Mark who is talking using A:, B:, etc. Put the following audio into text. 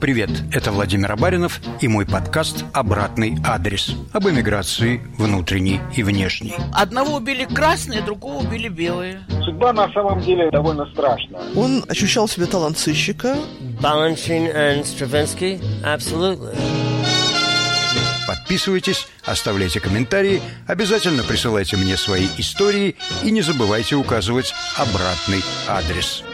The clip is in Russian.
A: привет! Это Владимир Абаринов и мой подкаст «Обратный адрес» об эмиграции внутренней и внешней.
B: Одного убили красные, другого убили белые.
C: Судьба на самом деле довольно страшная.
D: Он ощущал себя талант сыщика.
E: Balanchine and Stravinsky? Absolutely.
A: Подписывайтесь, оставляйте комментарии, обязательно присылайте мне свои истории и не забывайте указывать обратный адрес.